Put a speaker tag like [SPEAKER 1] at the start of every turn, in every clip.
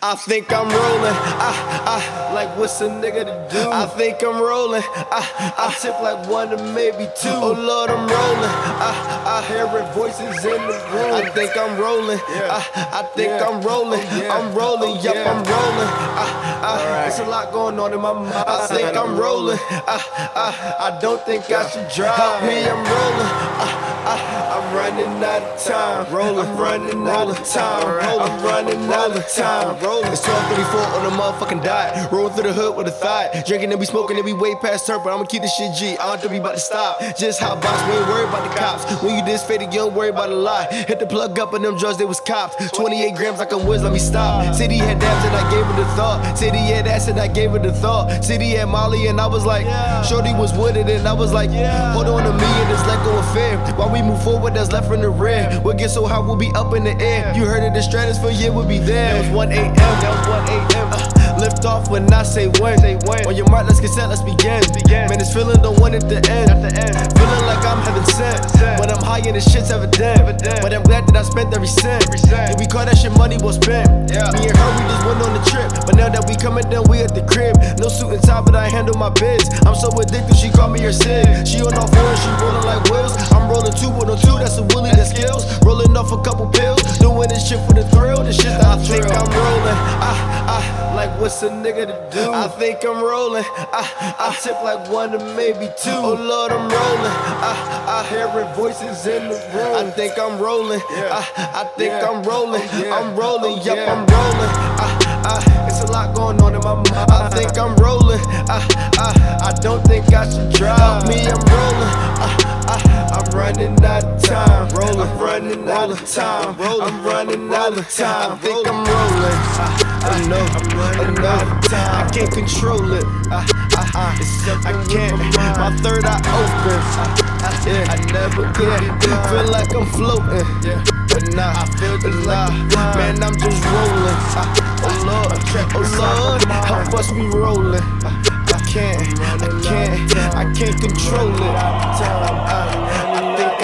[SPEAKER 1] I think I'm rolling. I, I, like what's a nigga to do? I think I'm rolling. I, I tip like one or maybe two. Oh Lord, I'm rolling. I, I hearing voices in the room. I think I'm rolling. I, I think I'm rolling. I'm rolling. Yup, I'm rolling. I, I, It's a lot going on in my mind. I think I'm rolling. I, I, I don't think I should drive. Me, I'm rolling. I, I, I'm running out of time. Rolling, I'm running out of time. Rolling, I'm running out of time. Rolling. It's 1234 on the motherfucking dot. Rolling through the hood with a thought. Drinking and we smoking and we way past turn, but I'ma keep this shit G. I don't think we about to stop. Just hot box, we ain't worried about the cops. When you this faded, you don't worry about a lot. Hit the plug up on them drugs, they was cops. 28 grams like a whiz, let me stop. City had dabs and I gave it a thought. City had ass and I gave it a thought. City had Molly and I was like, Shorty was with it and I was like, hold on to me and this let go of fear. While we move forward, that's left from the rear. We'll get so high, we'll be up in the air. You heard it, the stratosphere, yeah, we'll be there. It was 1 a.m., that was 1 a.m. Uh, lift off when I say when. On your mark, let's get set, let's begin. Man, it's feeling the one at the end. Feeling like I'm heaven sent. When I'm high and the shit's evident. But I'm glad that I spent every cent. And we call that shit money well spent. Me and her, we just went on the trip. But now that we coming down, we at the crib. No suit and tie, but I handle my biz. I'm so addicted, she call me her sin. She on all fours, she rolling like wheels. I'm rolling two, one on two, that's a willy, that skills. Rolling off a couple pills, doing this shit for the thrill. This shit that I think I'm rolling. I, I, like what's a nigga to do? I think I'm rolling. I, I tip like one to maybe two. Oh Lord, I'm rolling. I, I hearing voices in the room. I think I'm rolling. I, I think I'm rolling. I'm rolling. Yup, I'm rolling. I, I, it's a lot going on in my mind. I think I'm rolling. I, I, I don't think I should drive. Me, I'm rolling. I, I, I'm running out of time. Rolling, I'm running out of time. Rolling, I'm running out of time. I think I'm rolling. I, I know I'm running out of time. I can't control it. I, I, I, I can't. My third eye open. I, I, yeah, I never get it. Feel like I'm floating. Yeah. But nah, I feel the love. Man, I'm just rolling. I, oh Lord, oh Lord, help us be rolling. I, I can't, I can't, I can't control it.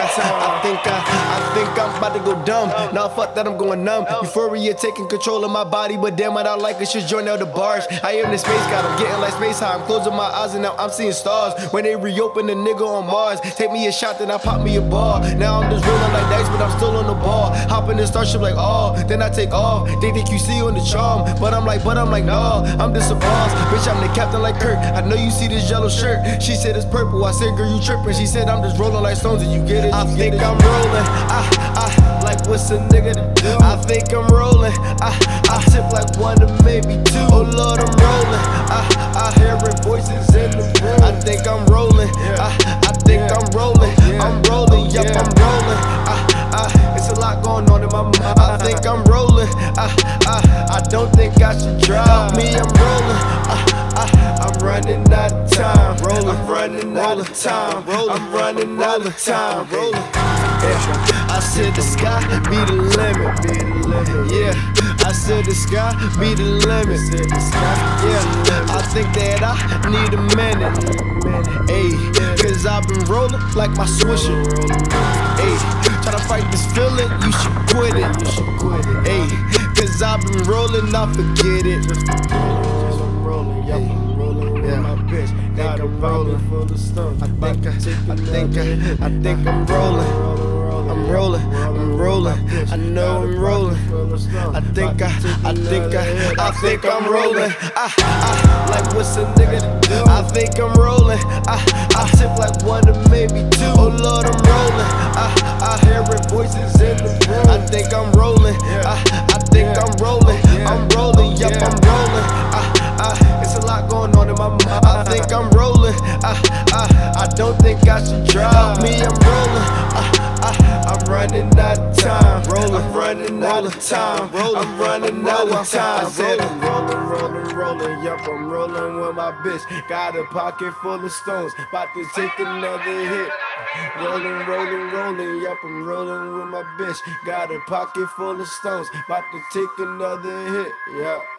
[SPEAKER 1] I, I think I, I think I, I think I'm about to go dumb. Nah, fuck that, I'm going numb. Euphoria taking control of my body, but damn it, I like it. Should join out the bars. I am the space god, I'm getting like space high. I'm closing my eyes and now I'm seeing stars. When they reopen the nigga on Mars, take me a shot, then I pop me a ball. Now I'm just rolling like dice, but I'm still on the ball. Hop in the starship like oh, then I take off. They think you see on the charm, but I'm like, but I'm like, nah, I'm just a boss. Bitch, I'm the captain like Kirk. I know you see this yellow shirt. She said it's purple. I said, girl, you trippin'. She said, I'm just rolling like stones and you get it. I think I'm rolling. I, I, like what's a nigga to do? I think I'm rolling. I, I tip like one to maybe two. Oh Lord, I'm rolling. I, I hearing voices in the room. I think I'm rolling. I, I think I'm rolling. I'm rolling. Yup, I'm rolling. I, I, it's a lot going on in my mind. I think I'm rolling. I, I, I don't think I should drive. Me, I'm rolling. I, I, I'm running out of time. Rolling, I'm running out of time. Rolling, I'm running out of time. Rolling. Yeah. I said the sky be the limit. Yeah. I said the sky be the limit. Yeah. I think that I need a minute. Ayy. Cause I've been rolling like my swisher. Ayy. Try to fight this feeling, you should quit it. You should quit it. Ayy. Cause I've been rolling, I forget it. I think I'm rolling. I think I, I think I, I think I'm rolling. I'm rolling, I'm rolling. I know I'm rolling. I think I, I think I, I think I'm rolling. I, I like what's a nigga to do? I think I'm rolling. I, I tip like one to maybe two. Oh Lord, I'm rolling. I, I hearing voices in the room. I think I'm rolling. I, I think I'm rolling. I'm rolling. Yup, I'm rolling. I, I, it's a lot going on in my mind. I think I'm rolling. I, I, I don't think I should drive. Me, I'm rolling. I, I, Uh, I'm running out of time. Rolling, I'm running out of time. Rolling, I'm running out of time. Rolling, rolling, rolling, rolling. Yup, I'm rolling with my bitch. Got a pocket full of stones. About to take another hit. Rolling, rolling, rolling. Yup, I'm rolling with my bitch. Got a pocket full of stones. About to take another hit. Yup.